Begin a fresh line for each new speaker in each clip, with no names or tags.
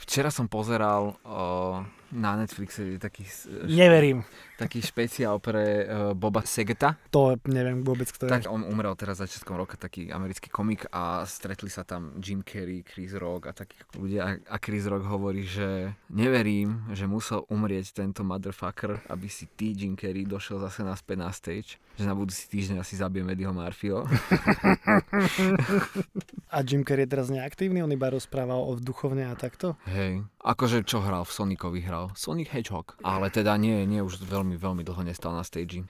Včera som pozeral uh, na Netflixe taký, s-
Neverím.
taký špeciál pre uh, Boba Segeta.
To neviem vôbec, kto je.
Tak on umrel teraz začiatkom roka, taký americký komik a stretli sa tam Jim Carrey, Chris Rock a takí ľudia a Chris Rock hovorí, že neverím, že musel umrieť tento motherfucker, aby si ty Jim Carrey došiel zase naspäť na stage, že na budúci týždeň asi zabijeme Eddieho Murphyho.
A Jim Carrey je teraz neaktívny? On iba rozprával o duchovne a takto?
Hej, akože čo hral v Sonicovi hral? Sonic Hedgehog, ale teda nie, nie už veľmi, veľmi dlho nestal na stage.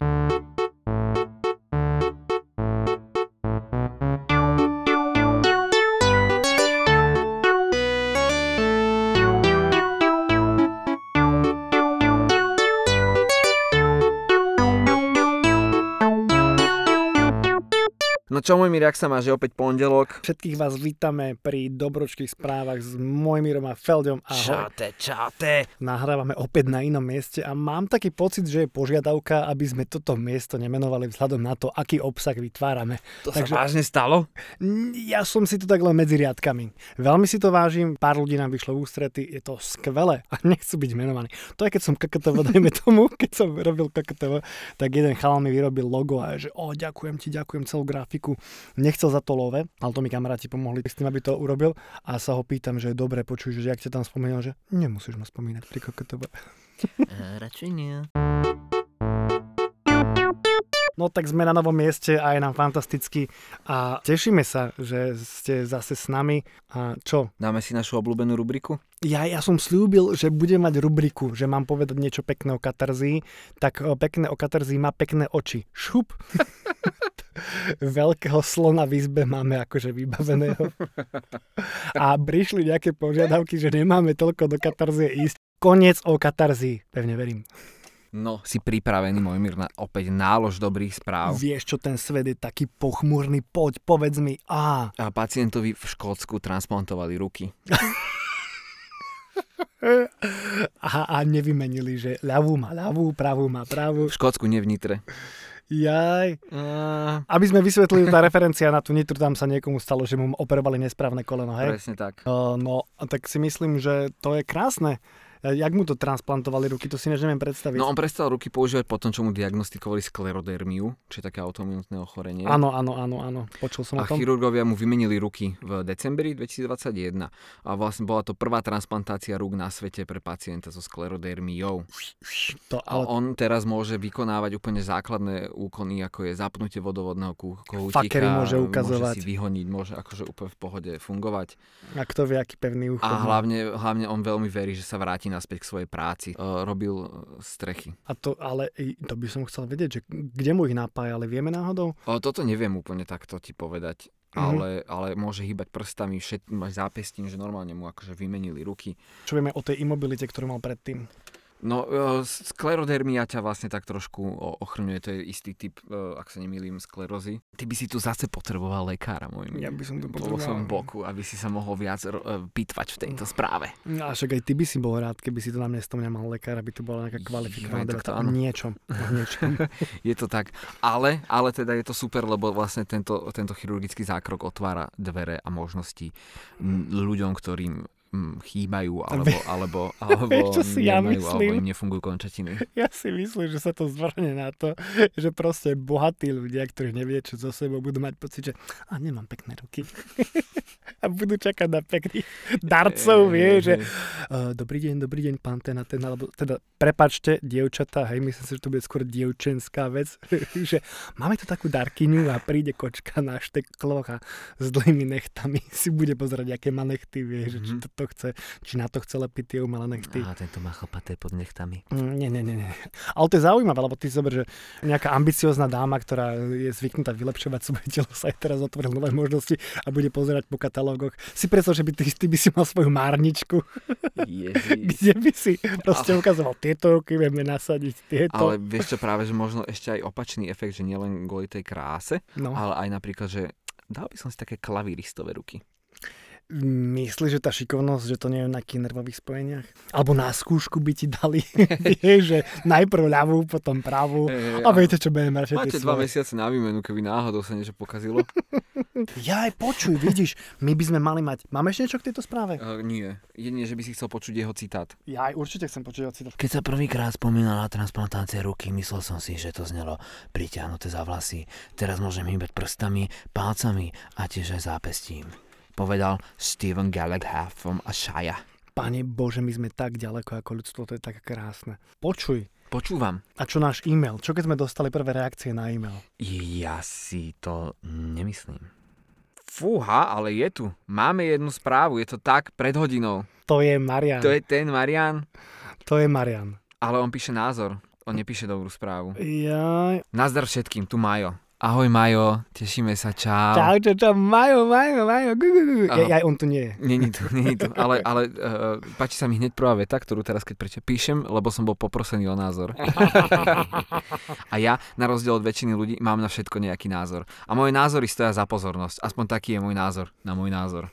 No čo môj Miriak sa má, že opäť pondelok.
Všetkých vás vítame pri dobročkých správach s Mojmirom a Feldom. Ahoj.
Čate, čate.
Nahrávame opäť na inom mieste a mám taký pocit, že je požiadavka, aby sme toto miesto nemenovali vzhľadom na to, aký obsah vytvárame.
To
Takže-
sa vážne stalo?
N- Ja som si to tak len medzi riadkami. Veľmi si to vážim, pár ľudí nám vyšlo v ústrety, je to skvelé a nechcú byť menovaní. To je keď som KKTV, dajme tomu, keď som robil KKTV, tak jeden chalán mi vyrobil logo a že o, ďakujem ti, ďakujem celú grafiku. Nechcel za to love, ale to mi kamaráti pomohli s tým, aby to urobil a sa ho pýtam, že dobre, počuj, že ak ťa tam spomenul, že nemusíš ma spomínať pri KKTV.
Eh, Radšej nie.
No tak sme na novom mieste a je nám fantasticky a tešíme sa, že ste zase s nami a čo,
Dáme si našu obľúbenú rubriku?
Ja, ja som slúbil, že budem mať rubriku, že mám povedať niečo pekné o katarzii, tak e, pekné o katarzii má pekné oči. Šup! Veľkého slona v izbe máme akože vybaveného. A prišli nejaké požiadavky, že nemáme toľko do katarzie ísť. Koniec o katarzii, pevne verím.
No, si pripravený, Mojmir, na opäť nálož dobrých správ.
Vieš, čo ten svet je taký pochmúrny, poď, povedz mi. Á,
A pacientovi v Škótsku transplantovali ruky.
a, a nevymenili, že ľavú má ľavú, pravú má pravú.
V Škótsku, nie v Nitre.
Jaj.
Uh,
Aby sme vysvetlili, tá referencia na tú nitru, tam sa niekomu stalo, že mu operovali nesprávne koleno, hej?
presne tak.
Uh, no, a tak si myslím, že to je krásne. E, Jak mu to transplantovali ruky, to si než neviem predstaviť.
No on prestal ruky používať po tom, čo mu diagnostikovali sklerodermiu, čo je také autoimunitné ochorenie.
Áno, áno, áno, áno. Počul
A
som o tom.
chirurgovia mu vymenili ruky v decembri 2021. A vlastne bola to prvá transplantácia rúk na svete pre pacienta so sklerodermiou.
To,
A
ale
on teraz môže vykonávať úplne základné úkony, ako je zapnutie vodovodného kú- kohútika.
Fuckery môže ukazovať.
Môže si vyhoniť, môže akože úplne v pohode fungovať.
a kto vie, aký pevný ucho.
A
má.
hlavne, hlavne on veľmi verí, že sa vráti naspäť k svojej práci. E, robil e, strechy.
a to, ale i- to by som chcel vedieť, že kde mu ich napájali, vieme náhodou?
O, E, toto neviem úplne takto ti povedať.
Mhm.
Ale, ale môže hýbať prstami, všetkým až zápestím, že normálne mu akože vymenili ruky.
Čo vieme o tej imobilite, ktorú mal predtým?
No, e, sklerodermia ťa vlastne tak trošku o- ochrňuje, to je istý typ, e, ak sa nemýlim, sklerózy. Ty by si tu zase potreboval lekára, môj milý.
Ja by som to
po vo svojom
potreboval.
boku, aby si sa mohol viac ro- e, bitvať v tejto správe.
A však aj ty by si bol rád, keby si to na miesto mňa mal lekár, aby to bola nejaká kvalifikovaná
Jaj, tak to
debata.
áno.
O niečom. O niečom.
Je to tak, ale, ale teda je to super, lebo vlastne tento, tento chirurgický zákrok otvára dvere a možnosti m, ľuďom, ktorým m, chýbajú alebo, alebo, alebo
Vieš, čo si ja
nemajú, alebo
myslím?
im nefungujú končatiny.
Ja si myslím, že sa to zvrhne na to, že proste bohatí ľudia, ktorí nevedia čo so sebou, budú mať pocit, že a nemám pekné ruky. a budú čakať na pekných darcov, vie,
Eh,
že "E, dobrý deň, dobrý deň, pán ten a ten, alebo teda prepačte, dievčatá, hej, myslím si, že to bude skôr dievčenská vec, že máme tu takú darkyňu a príde kočka na štekloch a s dlhými nechtami si bude pozerať, aké má nechty, vie, že či
Mhm.
toto chce, či na to chce lepiť tie umelé nechty.
A tento má chlpaté pod nechtami.
Mm, Nie, nie, nie, nie. Ale to je zaujímavé, lebo ty si zober, že nejaká ambiciozná dáma, ktorá je zvyknutá vylepšovať svoje telo, sa aj teraz otvoril nové možnosti a bude pozerať po katalógoch. Si predstav, že by ty, ty by si mal svoju márničku,
Ježiš.
kde by si proste ukazoval tieto ruky, vieme nasadiť tieto. Ale...
Ale vieš čo, práve, že možno ešte aj opačný efekt, že nielen kvôli tej kráse,
No.
ale aj napríklad, že dal by som si také klaviristové ruky.
Myslíš, že tá šikovnosť, že to nie je na nejakých nervových spojeniach? Alebo na skúšku by ti dali, vieš, že najprv ľavú, potom pravú.
E,
A viete, čo budem radšej tie
Máte dva
svoje.
mesiace na výmenu, keby náhodou sa niečo pokazilo.
Ja aj počuj, vidíš, my by sme mali mať... Máme ešte niečo k tejto správe?
Uh, nie. Jedine, že by si chcel počuť jeho citát.
Ja aj určite chcem počuť od Sidor.
Keď sa prvýkrát spomínala transplantácia ruky, myslel som si, že to znelo priťahnuté za vlasy. Teraz môžem hýbať prstami, palcami a tiež aj zápestím. Povedal Steven Gallagher from Ashaya.
Pane Bože, my sme tak ďaleko ako ľudstvo, to je tak krásne. Počuj,
Počúvam.
a čo náš e-mail? Čo keď sme dostali prvé reakcie na e-mail?
Ja si to nemyslím.
Fúha, ale je tu. Máme jednu správu, je to tak pred hodinou.
To je Marian.
To je ten Marian,
to je Marian.
ale on píše názor. On nepíše dobrú správu.
Jaj.
Nazdar všetkým, tu Majo. Ahoj Majo, tešíme sa, čau.
Čau, čau, čau, Majo, Majo, Majo. gu, gu, gu.
Áno.
Ja, ja, on tu nie je.
Není tu, není tu. Ale, ale uh, páči sa mi hneď prvá veta, ktorú teraz keď prečo píšem, lebo som bol poprosený o názor. A ja, na rozdiel od väčšiny ľudí, mám na všetko nejaký názor. A moje názory stoja za pozornosť. Aspoň taký je môj názor na môj názor.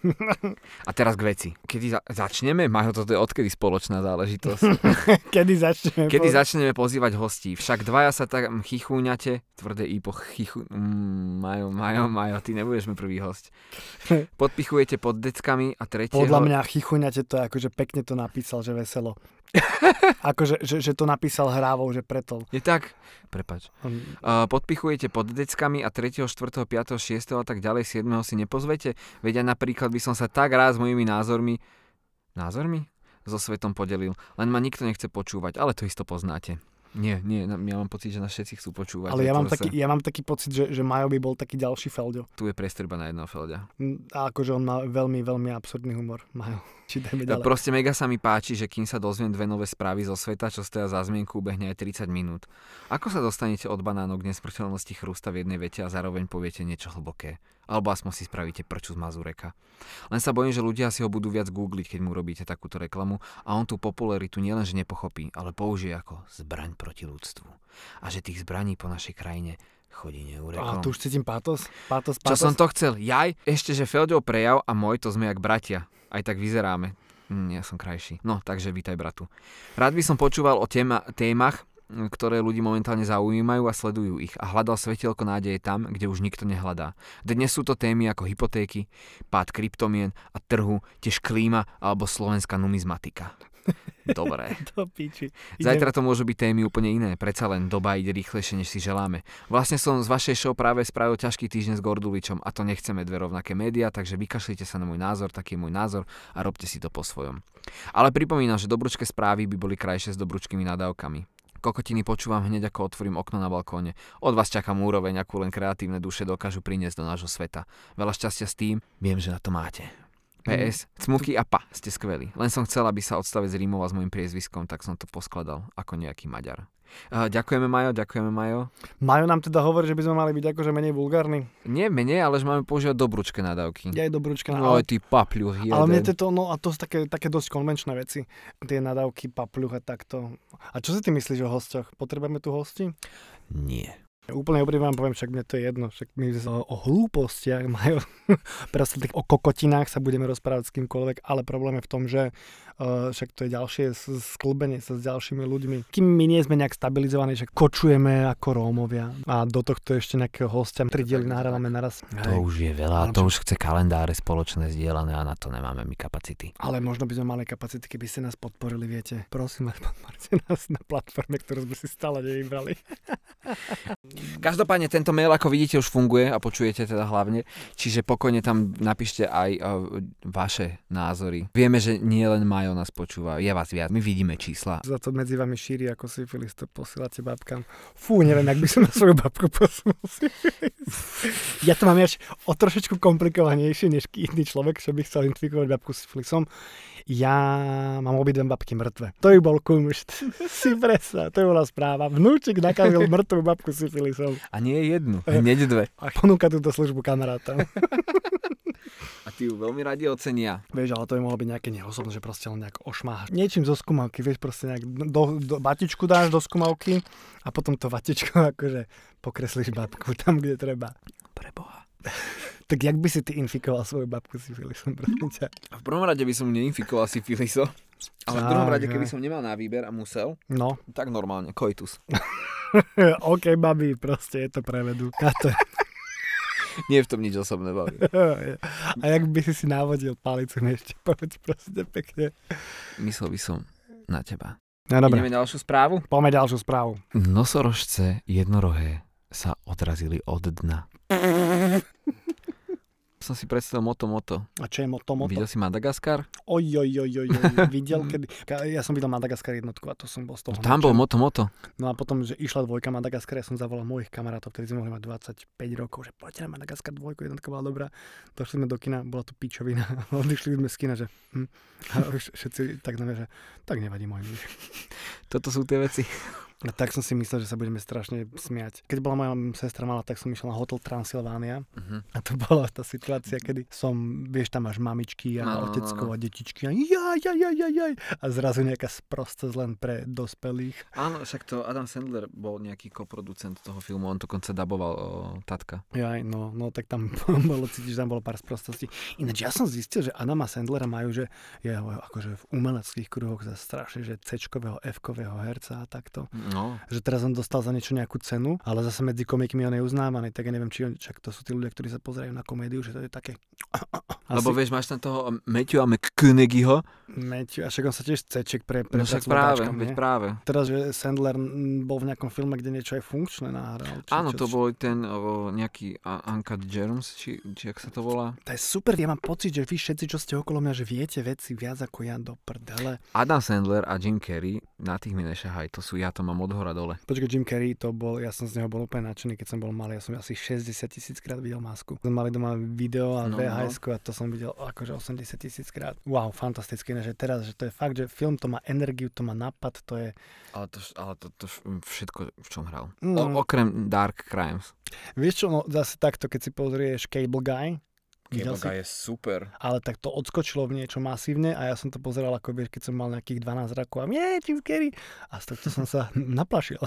A teraz k veci. Kedy za- začneme? Majo, toto je odkedy spoločná záležitosť.
Kedy začneme?
Kedy
Po-
začneme pozývať hostí? Však dvaja sa tam chichúňate, tvrdé i po chichu... Mm, Majo, Majo,
No.
Majo, ty nebudeš mi prvý host. Podpichujete pod deckami a tretieho...
Podľa mňa chichuňate to, je akože pekne to napísal, že veselo. akože, že, že to napísal hrávou, že preto.
Je tak? Prepač.
On-
Uh, podpichujete pod deckami a 3., 4., 5., 6. a tak ďalej 7. si nepozvete? Veď ja napríklad by som sa tak rád s mojimi názormi... Názormi? So svetom podelil. Len ma nikto nechce počúvať, ale to isto poznáte. Nie, nie, na- ja mám pocit, že nás všetci chcú počúvať.
Ale ja mám,
Vytvoril
taký,
sa,
ja mám taký pocit, že, že Majo by bol taký ďalší Felďo.
Tu je prestrba na jedného felďa.
Mm, A akože on má veľmi, veľmi absurdný humor. Majo, či dajme
Ďalej.
ďalej.
Proste mega sa mi páči, že kým sa dozviem dve nové správy zo sveta, čo stoja za zmienku, ubehne aj 30 minút. Ako sa dostanete od banánok k nesmrteľnosti chrústa v jednej vete a zároveň poviete niečo hlboké? Alebo aspoň si spravíte prču z Mazureka. Len sa bojím, že ľudia si ho budú viac googliť, keď mu robíte takúto reklamu a on tú popularitu nielenže nepochopí, ale použije ako zbraň proti ľudstvu. A že tých zbraní po našej krajine chodí
A
neurekom.
tu už cítim pátos? Pátos,
no. Čo
pátos?
som to chcel? Jaj? Ešte, že Feldov prejav a môj to sme jak bratia. Aj tak vyzeráme. Mm, ja som krajší. No, takže vítaj bratu. Rád by som počúval o téma, témach, mm, ktoré ľudí momentálne zaujímajú a sledujú ich a hľadal svetielko nádeje tam, kde už nikto nehľadá. Dnes sú to témy ako hypotéky, pád kryptomien a trhu, tiež klíma alebo slovenská numizmatika. Dobre.
To piči.
Zajtra to môžu byť témy úplne iné, predsa len doba ide rýchlejšie, než si želáme. Vlastne som z vašej show práve spravil ťažký týždeň s Gorduličom a to nechceme dve rovnaké médiá, takže vykašlite sa na môj názor, taký je môj názor a robte si to po svojom. Ale pripomínam, že dobručké správy by boli krajšie s dobručkými nadávkami. Kokotiny počúvam hneď ako otvorím okno na balkóne. Od vás čakám úroveň, akú len kreatívne duše dokážu priniesť do nášho sveta. Veľa šťastia s tým, viem, že na to máte. PS, Cmuky a Pa, ste skvelí. Len som chcel, aby sa odstavec rímoval s môjim priezviskom, tak som to poskladal ako nejaký Maďar. Eh, Ďakujeme Majo, ďakujeme Majo.
Majo nám teda hovorí, že by sme mali byť akože menej vulgárni.
Nie menej, ale že máme používať dobručké nadávky.
Ja aj dobrúčka.
Oj, ty papľu, jeden.
Ale mne to, no a to sú také, také dosť konvenčné veci. Tie nadávky, papľuha, takto. A čo si ty myslíš o hostiach? Potrebujeme tu hosti?
Nie.
Ja úplne úprimne vám poviem, však mne to je jedno. Však my sa o, o hlúpostiach majú, proste tak o kokotinách sa budeme rozprávať s kýmkoľvek, ale problém je v tom, že uh, však to je ďalšie s- sklbenie sa s ďalšími ľuďmi. Kým my nie sme nejak stabilizovaní, že kočujeme ako Rómovia a do tohto ešte nejakého hostia, tri diely nahrávame naraz.
To
Hej.
už je veľa, to už chce kalendáre spoločné zdieľané a na to nemáme my kapacity.
Ale možno by sme mali kapacity, keby ste nás podporili, viete. Prosím vás, podporte nás na platforme, ktorú sme si stále nevybrali.
Každopádne tento mail, ako vidíte, už funguje a počujete teda hlavne, čiže pokojne tam napíšte aj eh, vaše názory. Vieme, že nie len Majo nás počúva, je vás viac, my vidíme čísla.
za to medzi vami šíri ako syfilis, to posielate babkám. Fú, neviem, ak by som na svoju babku posunul syfilis. Ja to mám až o trošičku komplikovanejšie, než iný človek, čo by chcel identifikovať babku s syfilisom. Ja mám obidve babky mŕtve. To by bol kumšt. Si presa, to by bola správa. Vnúčik nakazil mŕtvú babku s syfilisom
A nie jednu, hneď dve.
a ponúka túto službu kamarátom.
A ty ju veľmi radi ocenia.
Vieš, ale to by mohlo byť nejaké neosobné, že proste len nejak ošmáhaš. Niečím zo skumavky, vieš, proste nejak do, do, vatičku dáš do skumavky a potom to vatičko akože pokreslíš babku tam, kde treba.
Preboha.
Tak jak by si ty infikoval svoju babku si Filisom, prosím ťa?
V prvom rade by som neinfikoval syfiliso, ale v druhom
Tak,
rade, keby
že.
som nemal na výber a musel,
No,
tak normálne, koitus.
ok, babi, proste je to prevedu. A to je
Nie je v tom nič osobné, baví.
A jak by si si návodil palicu ešte, povedz proste pekne.
Myslel by som na teba.
No dobre,
Ideme na ďalšiu správu?
poďme ďalšiu správu.
Nosorožce jednorohé sa odrazili od dna. Som si predstavil Moto Moto.
A čo je mo- to moto?
Videl si Madagaskar?
Oj, oj, oj, oj, oj, videl kedy. Ka- Ja som videl Madagaskar jednotku a to som bol z toho.
No, tam bol
nadšený.
Moto Moto.
No a potom, že išla dvojka Madagaskar, ja som zavolal mojich kamarátov, ktorí sme mohli mať 25 rokov, že poďte na Madagaskar dvojku, jednotka bola dobrá. Došli sme do kina, bola to pičovina. Odišli sme z kina, že... Hm. A už všetci tak na mňa, že tak nevadí môj muž.
Toto sú tie veci.
A tak som si myslel, že sa budeme strašne smiať. Keď bola moja sestra malá, tak som išiel na Hotel Transylvánia
Mhm.
a to bola tá situácia, kedy som, vieš, tam máš mamičky a
No, no, no,
no,
no.
a detičky a jaj, jaj, jaj, jaj, jaj. A zrazu nejaká sprostosť len pre dospelých.
Áno, však to Adam Sandler bol nejaký koproducent toho filmu, on dokonca daboval o, tatka.
Jaj, no, no tak tam bolo, cítiš, tam bolo pár sprostostí. Ináč ja som zistil, že Adama Sandlera majú, že je akože v umeleckých kruhoch za strašne, že C-čkového, F-kového herca a takto.
No,
že teraz on dostal za niečo nejakú cenu, ale zase medzi komikmi on je uznávaný, tak ja neviem, či on, čak to sú tí ľudia, ktorí sa pozerajú na komédiu, že to je také... Asi
lebo vieš, máš tam toho Matthewa McConaugheyho,
Matthew, a však on sa tiež ceček pre,
no
pre
však práve, veď práve.
Teraz, že Sandler mm, bol v nejakom filme, kde niečo aj funkčné nahral. Či,
Áno, to
čo,
bol ten o, nejaký A- Uncut Germs, či, či jak sa to volá.
To je super, ja mám pocit, že vy všetci, čo ste okolo mňa, že viete veci viac ako ja do prdele.
Adam Sandler a Jim Carrey, na tých mi nešahaj, to sú ja, to mám od hora dole.
Počkaj, Jim Carrey, to bol, ja som z neho bol úplne nadšený, keď som bol malý, ja som asi 60 tisíc krát videl masku. Sme mali doma video a
No, no.
no, vhs a to som videl akože 80 tisíc krát. Wow, fantastické, že teraz, že to je fakt, že film to má energiu, to má napad, to je...
Ale to, ale to, to všetko, v čom hral. O,
No,
okrem Dark Crimes.
Vieš čo, no zase takto, keď si pozrieš Cable Guy, videl si,
je super.
ale tak to odskočilo v niečo masívne a ja som to pozeral ako vieš, keď som mal nejakých 12 rokov a je, Jim Carrey. A z tohto som sa naplašil.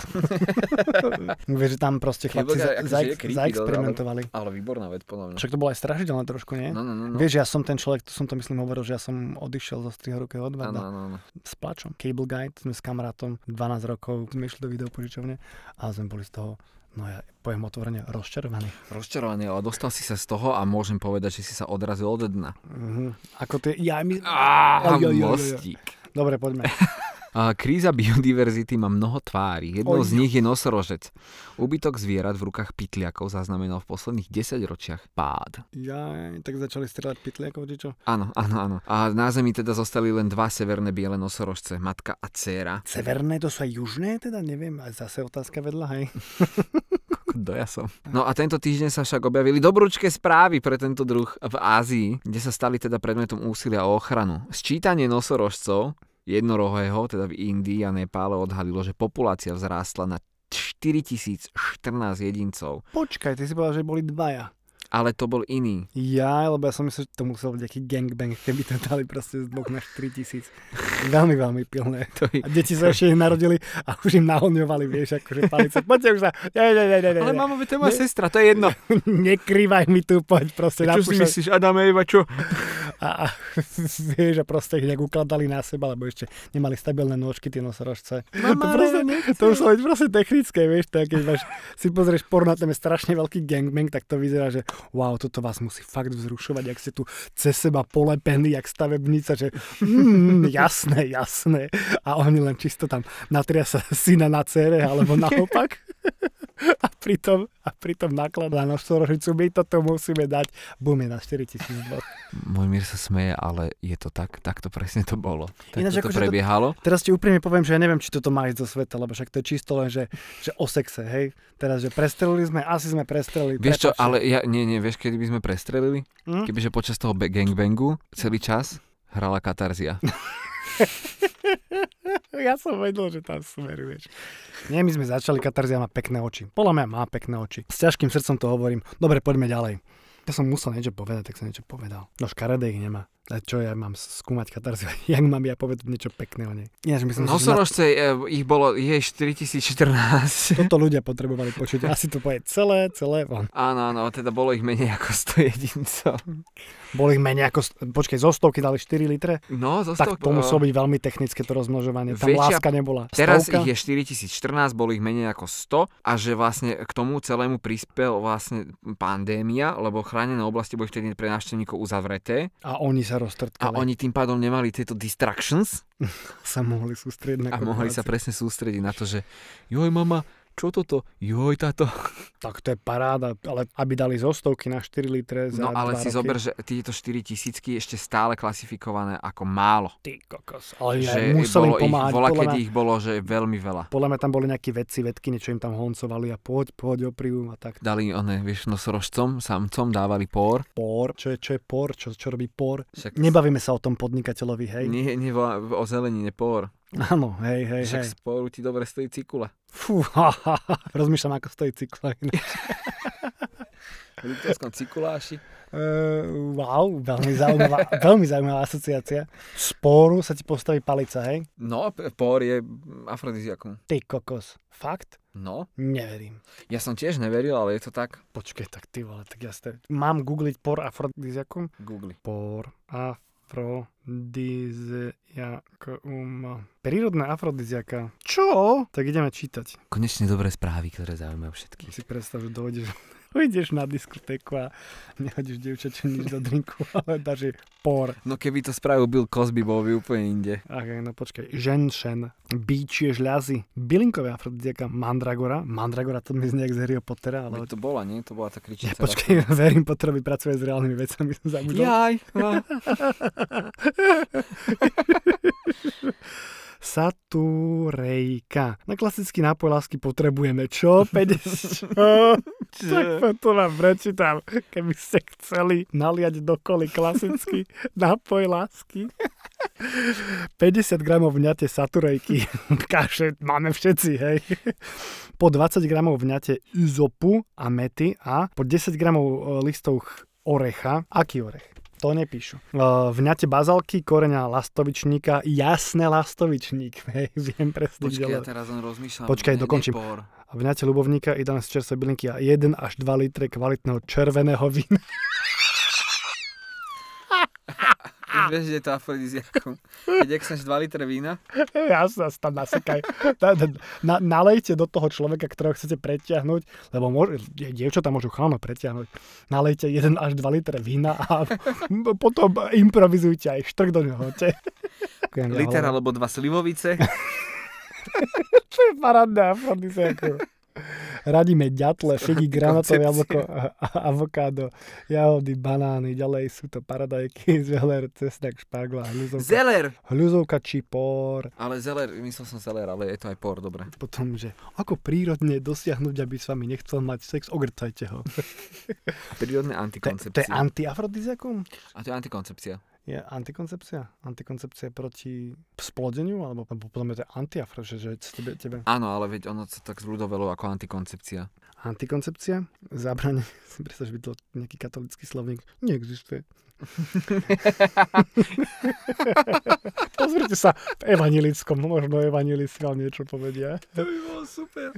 vieš, že tam proste
Cable
chlapci
Guy
za,
akože
za,
je creepy,
zaexperimentovali.
Ale výborná vec, podľa
Však to bolo aj strašidelné trošku, nie?
No, no, no. no.
No. Vieš, ja som ten človek, to som to myslím hovoril, že ja som odišiel zo strihorukého
Áno, áno,
odvada
áno.
no, s plačom. Cable Guide, sme s kamarátom 12 rokov, sme išli do videopožičovne a sme boli z toho, no ja poviem otvorene, rozčarovaní.
Rozčarovaný, ale dostal si sa z toho a môžem povedať, že si sa odrazil od dna.
Mhm. Ako tie, ja my...
Á,
Oj, oj, oj, oj, oj.
mostík.
Dobre, poďme.
A kríza biodiverzity má mnoho tvári. Jednou
Oj.
z nich je nosorožec. Úbytok zvierat v rukách pytliakov zaznamenal v posledných 10 ročiach pád.
Ja, tak začali strieľať pytliakov, či čo?
Áno, áno, áno. A na Zemi teda zostali len dva severné biele nosorožce, matka a dcéra.
Severné, to sú aj južné, teda neviem, a zase otázka vedľa, hej.
Kdo ja som. No a tento týždeň sa však objavili dobrúčke správy pre tento druh v Ázii, kde sa stali teda predmetom úsilia o ochranu. Sčítanie nosorožcov jednorohého, teda v Indii a Nepále odhalilo, že populácia vzrástla na 4014 jedincov.
Počkaj, ty si povedal, že boli dvaja.
Ale to bol iný.
Ja, lebo ja som myslel, že to musel byť nejaký gangbang, keby to dali proste z dvoch na 4000. Veľmi, veľmi pilné.
To je...
A deti sa ešte narodili a už im nahodňovali, vieš, akože palice. Poďte už sa. Ne, ne, ne, ne, ne.
Ale
ne.
mamo, veď to je moja
Ne.
sestra, to je jedno.
Nekrývaj mi tu, poď proste na
Čo si myslíš, Adam Eva, čo?
a, a, vieš, a proste ich nejak ukladali na seba, lebo ešte nemali stabilné nôžky tie nosorožce.
Mama,
to, proste,
ale
to muselo byť proste technické, vieš, to je, keď máš, si pozrieš porno, tam je strašne veľký gangbang, tak to vyzerá, že wow, toto vás musí fakt vzrušovať, jak ste tu cez seba polepení, jak stavebnica, že mm, jasné, jasné. A oni len čisto tam natria sa syna na cere, alebo naopak. A pritom, a pritom nakladá na nosorožicu, my toto musíme dať. Bum, je na 4002.
Môj mír sa smeje, ale je to tak, tak to presne to bolo. Tak
Ináč
to,
akože to-
prebiehalo.
Teraz ti úprimne poviem, že ja neviem, či toto má ísť do sveta, lebo však to je čisto len, že, že o sexe, hej. Teraz, že prestrelili sme, asi sme prestrelili.
Vieš čo,
prepáčte.
ale ja, nie, nie, vieš, kedy by sme prestrelili?
Hm?
Kebyže počas toho ba- gangbangu celý čas hrala katarzia.
Ja som vedel, že tam smeruješ. Nie, my sme začali, Katarzia má pekné oči. Podľa mňa má pekné oči. S ťažkým srdcom to hovorím. Dobre, poďme ďalej. Ja som musel niečo povedať, tak som niečo povedal. No škaredé ich nemá. A čo ja mám skúmať katarzu? Jak mám ja povedať niečo pekné o nej? Ja, že myslím, si, že na...
Nosorožce, e, ich bolo, je 4014.
toto ľudia potrebovali počuť. Asi to povie celé, celé von.
Áno, áno, teda bolo ich menej ako 100 jedincov.
Bolo ich menej ako... st- Počkej, zo stovky dali 4 litre?
No, zo
Tak
100,
to muselo byť veľmi technické to rozmnožovanie. Tam
Väčšia-
láska nebola.
Teraz
Stovka?
ich je 4014, bolo ich menej ako 100 a že vlastne k tomu celému prispel vlastne pandémia, lebo chránené oblasti boli vtedy pre návštevníkov uzavreté
A oni sa
a
roztrtkali.
oni tým pádom nemali tieto distractions
sa mohli sústrieť na
a mohli sa
korporácie.
presne sústrediť na to, že joj mama, čo toto? Joj táto.
Tak to je paráda, ale aby dali zo stovky na 4 litre za
No ale
dva
si
roky.
zober, že tieto 4000 ešte stále klasifikované ako málo.
Ty kokos. Ale ja
Že
museli
bolo ich,
pomáhať.
bola,
podľa,
kedy
mňa,
ich bolo, že veľmi veľa.
podľa mňa tam boli nejakí vedci, vedky, niečo im tam honcovali a poď, poď, oprium a tak.
Dali, one, vieš, nosorožcom, samcom dávali pór.
Por, čo je, čo je por, čo, čo robí por.
Však
Nebavíme sa o tom podnikateľovi, hej.
Nie, nie, o zelenine pór.
Áno, hej, hej,
Však
hej.
z póru ti dobre stojí cikula.
Fú, ha, ha, ha. Rozmýšľam, ako stojí cykla. inak.
V Liptovskom cikuláši.
Eh, wow, veľmi zaujímavá, veľmi zaujímavá asociácia. Z poru sa ti postaví palica, hej.
No, p- pór je mm, afrodiziakum.
Ty kokos. Fakt?
No,
Neverím.
ja som tiež neveril, ale je to tak.
Počkej, tak ty vole, tak ja ste... Mám googliť por afrodiziakum?
Google.
Por afrodiziakum. Prírodná afrodiziaka. Čo? Tak ideme čítať.
Konečne dobré správy, ktoré zaujímajú všetkých.
Si predstav, že dojdeš, dojdeš na diskotéku a nehodíš dievčaťu nič do drinku, ale dáš jej por.
No keby to spravil Bill Cosby, bol by úplne inde.
Ach, no počkaj. Ženšen, bíčie žľazy, bylinkové afrodiziaka, mandragora. Mandragora to mi znie jak z Harryho Pottera, ale...
Ale to bola, nie? To bola tá kričica.
Ja, počkej, verím, Potterovi pracuje s reálnymi vecami, som zabudol.
Jaj. no.
Saturejka. Na klasický nápoj lásky potrebujeme čo? 50? tak to- to vám prečítam, keby ste chceli naliať dokoli klasický nápoj lásky. 50 gramov vňate saturejky. Kaše máme všetci, hej. Po 20 gramov vňate izopu a mety a po 10 gramov e, listov ch- orecha. Aký orech? To nepíšu. E, Vňate bazalky, koreňa lastovičníka, jasné lastovičník. Hej, viem presne,
Počkej,
kde
ja
le-
teraz len rozmýšľam.
Počkaj,
Ne-
dokončím.
nepor.
a vňate ľubovníka ideálne z čerstvej bylinky a 1 až 2 litre kvalitného červeného vína.
Už vieš, že je to afrodiziakum. Keď eksneš 2 litre vína,
Ja sa tam nasekaj. Na, na, na, nalejte do toho človeka, ktorého chcete pretiahnuť, lebo môže, die- dievčatá môžu chalno pretiahnuť. Nalejte 1 až 2 litre vína a m- potom improvizujte aj štrk do neho. Te.
liter alebo dva slivovice.
Čo je parádna afrodiziaku. Radíme ďatle, figy, granátové jablko, a- a- avokádo, jahody, banány, ďalej sú to paradajky, želer, cesnak, špargla, hľuzovka.
Zeler!
Hľuzovka či por,
Ale zeler, myslel som zeler, ale je to aj por, dobre.
potom, že ako prírodne dosiahnuť, aby s vami nechcel mať sex, ogrcajte ho.
Prírodné
To, to je
antikoncepcie.
antiafrodiziakum?
A to je antikoncepcia.
Je antikoncepcia? Antikoncepcia proti splodeniu? Alebo alebo potom je to antiafro, že, že tebe, tebe...
Áno, ale veď ono sa tak zľudovelo ako antikoncepcia.
Antikoncepcia? Zábranie, si predstav, že by to nejaký katolický slovník neexistuje. Pozrite sa v evanelickom, možno evanelici vám niečo povedia.
To by bolo super.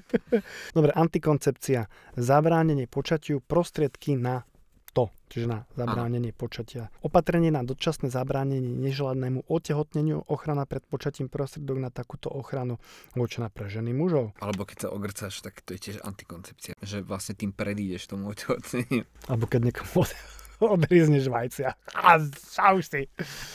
Dobre, antikoncepcia. Zabránenie počatiu, prostriedky na to, čiže na zabránenie počatia. Opatrenie na dočasné zabránenie neželanému otehotneniu, ochrana pred počatím, prostriedok na takúto ochranu určená pre ženy mužov.
Alebo keď sa ogrcáš, tak to je tiež antikoncepcia. Že vlastne tým predídeš tomu otehotneniu.
Alebo keď niekomu od- odrizneš vajcia. A šau si.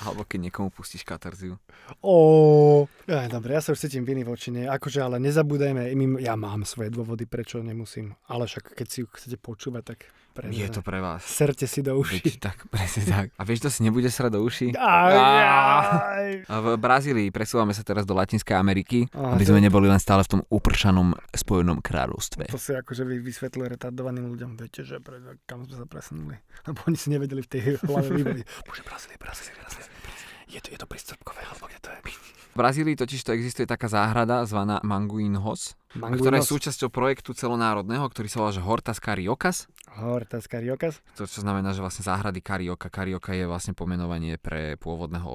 Alebo keď niekomu pustíš katarziu.
Ó, Aj, dobre, ja sa už cítim viny voči nej. Akože, ale nezabúdajme, my- ja mám svoje dôvody, prečo nemusím. Ale však, keď si ju chcete počúvať, tak pre
Je to pre vás.
Serte si do uši.
Veď tak, presne tak. A vieš, to si nebude srať do uši?
Aj, aj.
A v Brazílii presúvame sa teraz do Latinskej Ameriky,
Á,
aby
to-
sme neboli len stále v tom upršanom Spojenom kráľovstve.
To si akože vy vysvetľuje retardovaným ľuďom, viete, že pre, kam sme sa presunuli. Lebo oni si nevedeli v tej hlave vybaviť. Bože, Brazília, Brazília, Brazília. Je to, je to prístupkové, alebo kde to je?
Brazílii totiž to existuje taká záhrada zvaná Manguinhos, a ktorá je súčasťou projektu celonárodného, ktorý sa volá že Hortas Cariocas,
Hortas Cariokas.
to čo znamená, že vlastne záhrady Carioca. Carioca je vlastne pomenovanie pre pôvodného,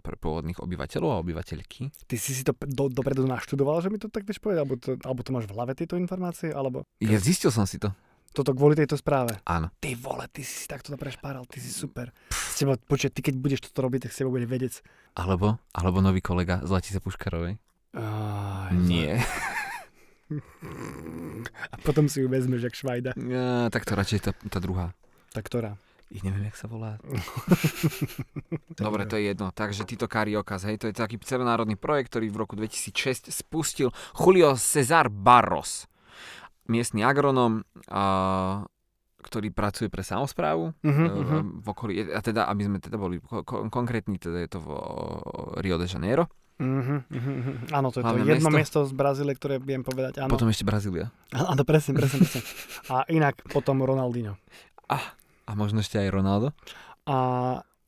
pre pôvodných obyvateľov a obyvateľky.
Ty si si to p- do, dopredu naštudoval, že mi to tak vieš povedať? Alebo to, alebo to máš v hlave tieto informácie? Alebo
Ja zistil som si to.
toto kvôli tejto správe?
Áno.
Ty vole, ty si si takto dobre špáral, ty si super. S tebou, počuť, ty keď budeš toto robiť, tak s tebou bude vedec.
Alebo, alebo nový kolega Zlatice Puškarovej.
Aj,
Nie.
A potom si ju vezmeš, jak Švajda.
Ja, tak to radšej tá, tá druhá.
Tak ktorá?
Ich neviem, jak sa volá. Dobre, to je jedno. Takže títo Cariocas, hej, to je taký celonárodný projekt, ktorý v roku 2006 spustil Julio Cesar Barros, miestny agronóm, a, ktorý pracuje pre samozprávu
Uh-huh, uh-huh.
mm-hmm. v okolí, a teda, aby sme teda boli ko- ko- konkrétni, teda je to v o, Rio de Janeiro,
Uh-huh, uh-huh. Áno, to je to
Hlavné
jedno
mesto.
miesto z Brazílie, ktoré viem povedať. Áno,
potom ešte Brazília.
áno presne, presne, presne. A inak potom Ronaldinho.
A možno ešte aj Ronaldo.
A,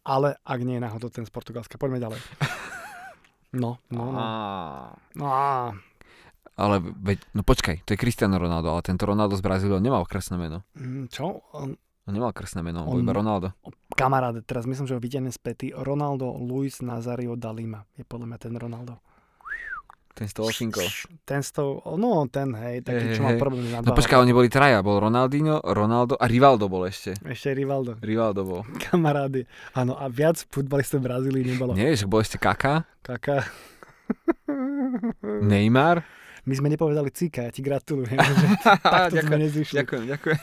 ale ak nie je náhodou ten z Portugalska, poďme ďalej. No, no, no.
A...
no. á.
Ale veď, no počkaj, to je Cristiano Ronaldo, ale tento Ronaldo z Brazílie on nemal krstné meno.
Mm, Čo? On-
On No, nemal krstné meno, on, bol
On-
iba Ronaldo.
Kamaráde, teraz myslím, že ho vidíme spätý. Ronaldo Luis Nazario da Lima je podľa mňa ten Ronaldo.
Ten s tou osinkou.
Ten s tou, no ten,
Hej,
hej, taký, čo
hej.
mal problém na
No počkaj, oni boli traja, bol Ronaldinho, Ronaldo a Rivaldo bol ešte.
Ešte Rivaldo,
Rivaldo bol.
kamarády. Áno, a viac futbalistov v Brazílii nebolo.
Nie, že bol ešte Kaká,
Kaká. Mm.
Neymar.
My sme nepovedali cíka, ja ti gratulujem, že takto sme nezišli.
ďakujem, ďakujem.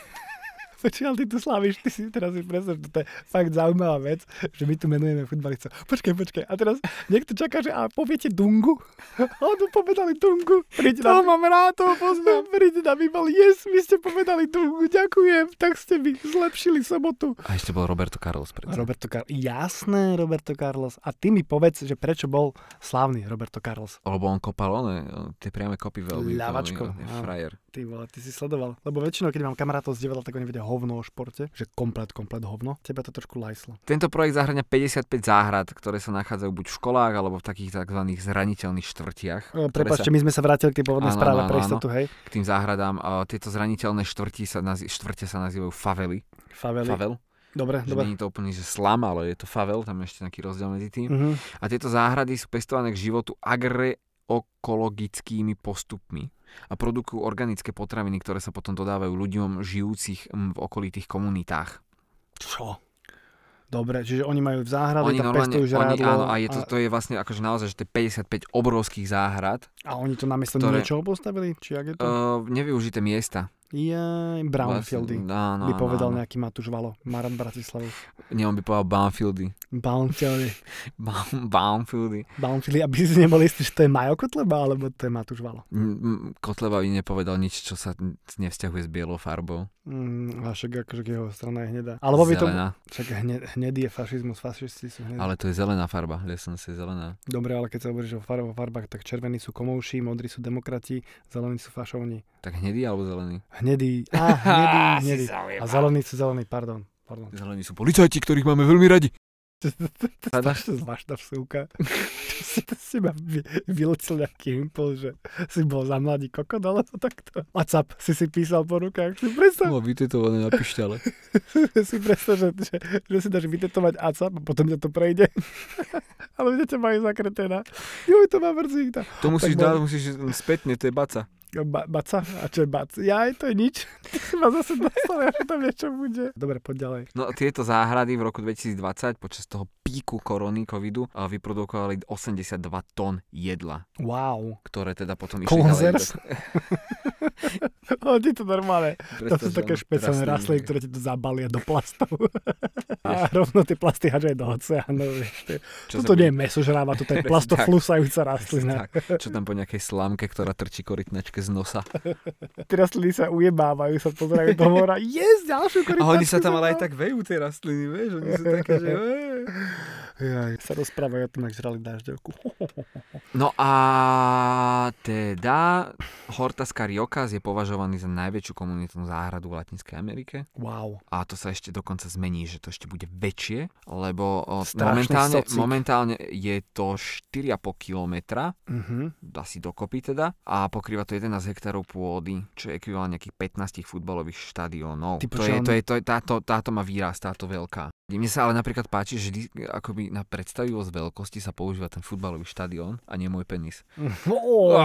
Počkaj, ale ty tu slavíš, ty si teraz si predstav, že to je fakt zaujímavá vec, že my tu menujeme futbalistov. Počkaj, počkaj, a teraz niekto čaká, že a poviete Dungu? A tu povedali Dungu. Príď toho mám rád, toho poznám. Príď na výbal, yes, vy ste povedali Dungu, ďakujem, tak ste mi zlepšili sobotu.
A ešte bol Roberto Carlos predtým.
Roberto Carlos, jasné, Roberto Carlos. A ty mi povedz, že prečo bol slávny Roberto Carlos.
Lebo on kopal one, tie priame kopy veľmi.
Ľavačkou,
veľmi,
áno.
frajer.
Ty vole, ty si sledoval. Lebo väčšinou, keď mám kamarátov z divadla, tak oni vedia hovno o športe. Že komplet, komplet hovno. Teba to trošku lajslo.
Tento projekt zahrania 55 záhrad, ktoré sa nachádzajú buď v školách, alebo v takých tzv. zraniteľných štvrtiach. ktoré sa-
E, Prepačte, my sme sa vrátili k tej pôvodnej
Áno,
správe
áno,
pre
áno.
istotu, hej.
k tým záhradám. A tieto zraniteľné štvrti sa nazi- štvrte sa nazývajú favely.
Favely.
Favel.
Dobre,
Že
dobre.
nie je to úplne že slam, ale je to favel, tam je ešte nejaký rozdiel medzi tým.
Mhm.
A tieto záhrady sú pestované k životu agroekologickými postupmi a produkujú organické potraviny, ktoré sa potom dodávajú ľuďom žijúcich mm, v okolitých komunitách.
Čo? Dobre, čiže oni majú v záhrade,
Oni
tam
normálne,
pestujú žrádlo.
oni, áno, a je to,
a,
to je vlastne akože naozaj, že to je 55 obrovských záhrad,
a oni to namiesto
ktoré-
niečoho postavili? Či jak je to?
uh, nevyužité miesta.
Jaj, Brownfieldy.
Vlastne, áno,
by
áno,
povedal
áno.
nejaký Matúš Valo, Marat Bratislavu.
Nie, on by povedal Brownfieldy.
Brownfieldy.
Brownfieldy.
Brownfieldy, aby si neboli istí, že to je Majo Kotleba, alebo to je Matúš Valo.
Mm, Kotleba by nepovedal nič, čo sa n- nevzťahuje s bielou farbou.
Mm, a však akože jeho strana je hnedá. Alebo by to...
zelená,
Však hned, hnedý je fašizmus, fašisti sú hnedí.
ale to je zelená farba, lesná je zelená.
Dobre, ale keď sa hovoríš o farbách, farbách, tak červení sú komovší, modrí sú demokrati, zelení sú fašovní.
Tak hnedý alebo zelený?
Hnedý, á, hnedý, hnedý. A zelení sú zelení, pardon. pardon.
Zelení sú policajti, ktorých máme veľmi radi. Sada?
Strašne zvláštna vsúka. Čo si to z teba vy- vylecil nejaký impuls, že si bol za mladý kokot, alebo takto. WhatsApp si si písal po rukách. Si predstav,
No, vytetované na pišťale.
si predstav že, že, že, si dáš vytetovať WhatsApp a potom ťa to prejde. Ale ľudia ťa majú zakretená. Juj, to ma mrzí. Tá.
To musíš
Tak
dať,
bol-
musíš spätne, to je baca.
Ba- baca? A čo je baca? Jaj, to je nič. Ty si ma zase dostal, ja tam niečo bude. Dobre, poď ďalej.
No a tieto záhrady v roku 2020 počas toho píku korony covidu a vyprodukovali 82 tón jedla,
Wow.
ktoré teda potom išli
Konzervs?
ďalej.
Ale ti to normálne.
do-
To sú také špeciálne rastliny, ktoré ti to zabalia do plastov. A rovno tie plasty hádžajú do oceánov. vieš, to je-
čo sa
Toto
bude-
nie je mesožráva, toto je plastoflusajúca rastlina.
Tak, čo tam po nejakej slámke, ktorá trčí korytnačke z nosa.
Tie rastliny sa ujebávajú, sa pozerajú do hora. Yes, ďalšiu
A
korytnačku.
oni sa tam
som
ale aj
mal.
tak vejú tie rastliny, vieš, oni sú také, že... "Ej."
Jaj, sa rozprávajú o tom, ak žrali dažďovku.
No a teda Hortas Cariocas je považovaný za najväčšiu komunitnú záhradu v Latinskej Amerike.
Wow.
A to sa ešte dokonca zmení, že to ešte bude väčšie, lebo o,
Strašný
momentálne,
socík.
momentálne je to 4,5 kilometra,
Uh-huh.
asi dokopy teda, a pokrýva to 11 hektárov pôdy, čo je ekvivalent nejakých 15 futbalových štadiónov. to
Ty
je,
počúvam.
to je, to je, táto, táto má výraz, táto veľká. Mne sa ale napríklad páči, že vždy, akoby na predstavivosť veľkosti sa používa ten futbalový štadión a nie môj penis.
Oh.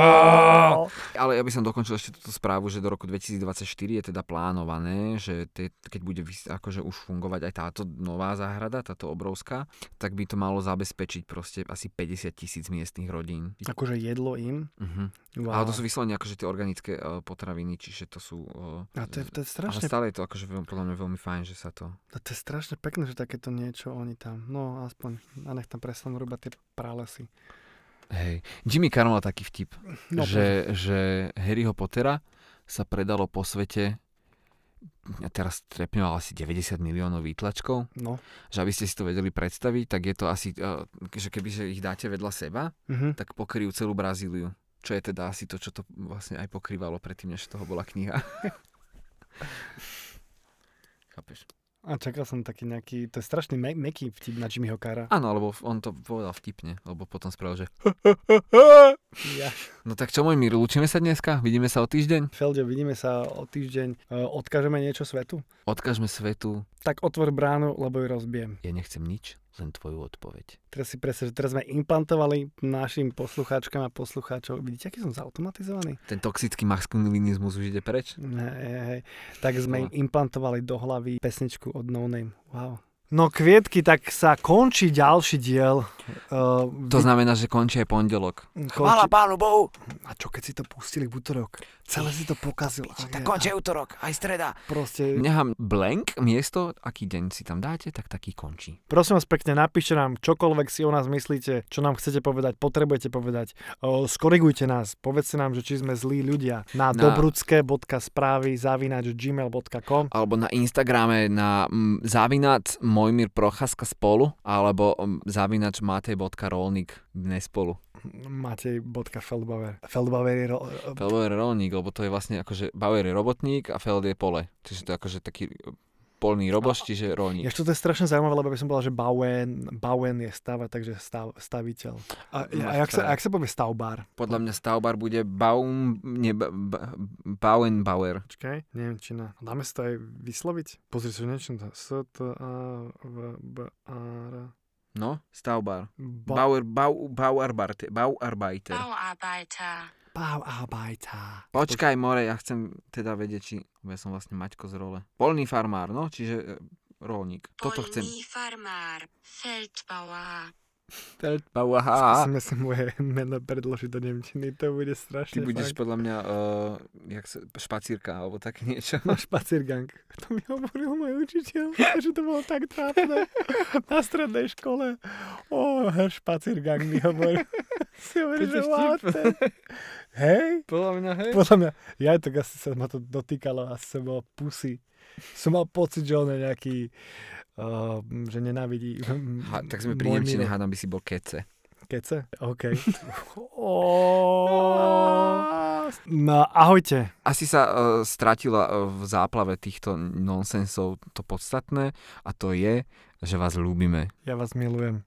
Ale ja by som dokončil ešte túto správu, že do roku 2024 je teda plánované, že te, keď bude vys- akože už fungovať aj táto nová záhrada, táto obrovská, tak by to malo zabezpečiť proste asi 50 tisíc miestnych rodín.
Akože jedlo im.
Mhm.
Wow.
Ale to sú vyslovene akože tie organické eh, potraviny, čiže to sú... eh,
a to je, to je
ale
strašne,
stále je to akože veľ- podľa mňa veľmi fajn, že sa to...
a to je strašne pekné, že takéto niečo oni tam, no aspoň, a nech tam prestanú robiť tie pralesy.
Hej. Jimmy Carr mal taký vtip,
No,
že, že Harryho Pottera sa predalo po svete ja teraz trepňu, ale asi 90 miliónov výtlačkov.
No.
že aby ste si to vedeli predstaviť, tak je to asi, eh, že keby že ich dáte vedľa seba,
Mhm.
tak pokryjú celú Brazíliu. Čo je teda asi to, čo to vlastne aj pokrývalo predtým, než z toho bola kniha. Chápeš?
A čakal som taký nejaký, to je strašný me- meký vtip na Jimmyho Cara.
Áno, lebo on to povedal vtipne, lebo potom spravil, že
Ja.
no tak čo môj mír, lúčime sa dneska? Vidíme sa o týždeň?
Felde, vidíme sa o týždeň, E, odkážeme niečo svetu?
Odkažme svetu,
Tak otvor bránu, lebo ju rozbijem.
ja nechcem nič, len tvoju odpoveď.
Teraz si presne, že teraz sme implantovali našim poslucháčkam a poslucháčov. Vidíte, aký som zautomatizovaný?
Ten toxický maskulinizmus už ide preč?
Hej, hej, hej. Tak sme im
No.
implantovali do hlavy pesničku od No Name. Wow. No kvietky, tak sa končí ďalší diel. Uh,
To znamená, že končí aj pondelok.
končí...
pánu Bohu,
A čo keď si to pustili v útorok? Celé si to pokazil.
tak končí útorok, aj streda.
Proste...
Nechám blank miesto, aký deň si tam dáte, tak taký končí.
Prosím vás pekne, napíšte nám čokoľvek si o nás myslíte, čo nám chcete povedať, potrebujete povedať. O, skorigujte nás, povedzte nám, že či sme zlí ľudia na, na...
Na-
dobrucké.správy zavinač gmail.com
Alebo na Instagrame na mm, zavinač Mojmír Procházka spolu, alebo mm, zavinač Matej.rolník dnes spolu.
Matej bodka Feldbauer. Feldbauer je... ro-
Felder je rolník, lebo to je vlastne akože Bauer je robotník a Feld je pole. Čiže to je akože taký polný roboš, čiže rolník.
Ešte to je strašne zaujímavé, lebo by som povedal, že Bauen, Bauen je stava, takže stav, staviteľ. A, a, jak sa, a jak sa povie stavbár?
Podľa mňa stavbar bude Baum, nie, ba, ba, Bauenbauer.
Počkaj, Nemčina. Dáme si to aj vysloviť? Pozri si, že niečo tam. S, T, A, V, B, A, R.
No, stavbar.
Ba-
Bauer, Bau, Bauarbeiter. Bauarbeiter.
Bauarbeiter.
Bauarbeiter.
Počkaj, more, ja chcem teda vedieť, či... lebo Ja som vlastne Maťko z role. Polný farmár, no, čiže e, rolník. Toto chcem.
Polný farmár. Feldbauer.
Feldbauer.
Skúsime si moje meno predložiť do Nemčiny, to bude
Ty
strašne
budeš
fakt.
podľa mňa uh, jak sa, špacírka alebo také niečo.
No, špacírgang. To mi hovoril môj učiteľ, že to bolo tak trápne na strednej škole. O, her špacírgang mi hovoril. si hovoril,
To
že
je
wow,
vtip.
ten... Hej,
Podľa mňa, hej.
podľa mňa, ja tak asi sa ma to dotýkalo, asi som bol pusy. Som mal pocit, že on je nejaký, uh, že nenávidí.
Ha, tak sme pri Nemčine, hádam, by si bol kece.
Kece? OK. no, ahojte.
Asi sa uh, stratila eh, v záplave týchto nonsensov to podstatné a to je, že vás ľúbime.
Ja vás milujem.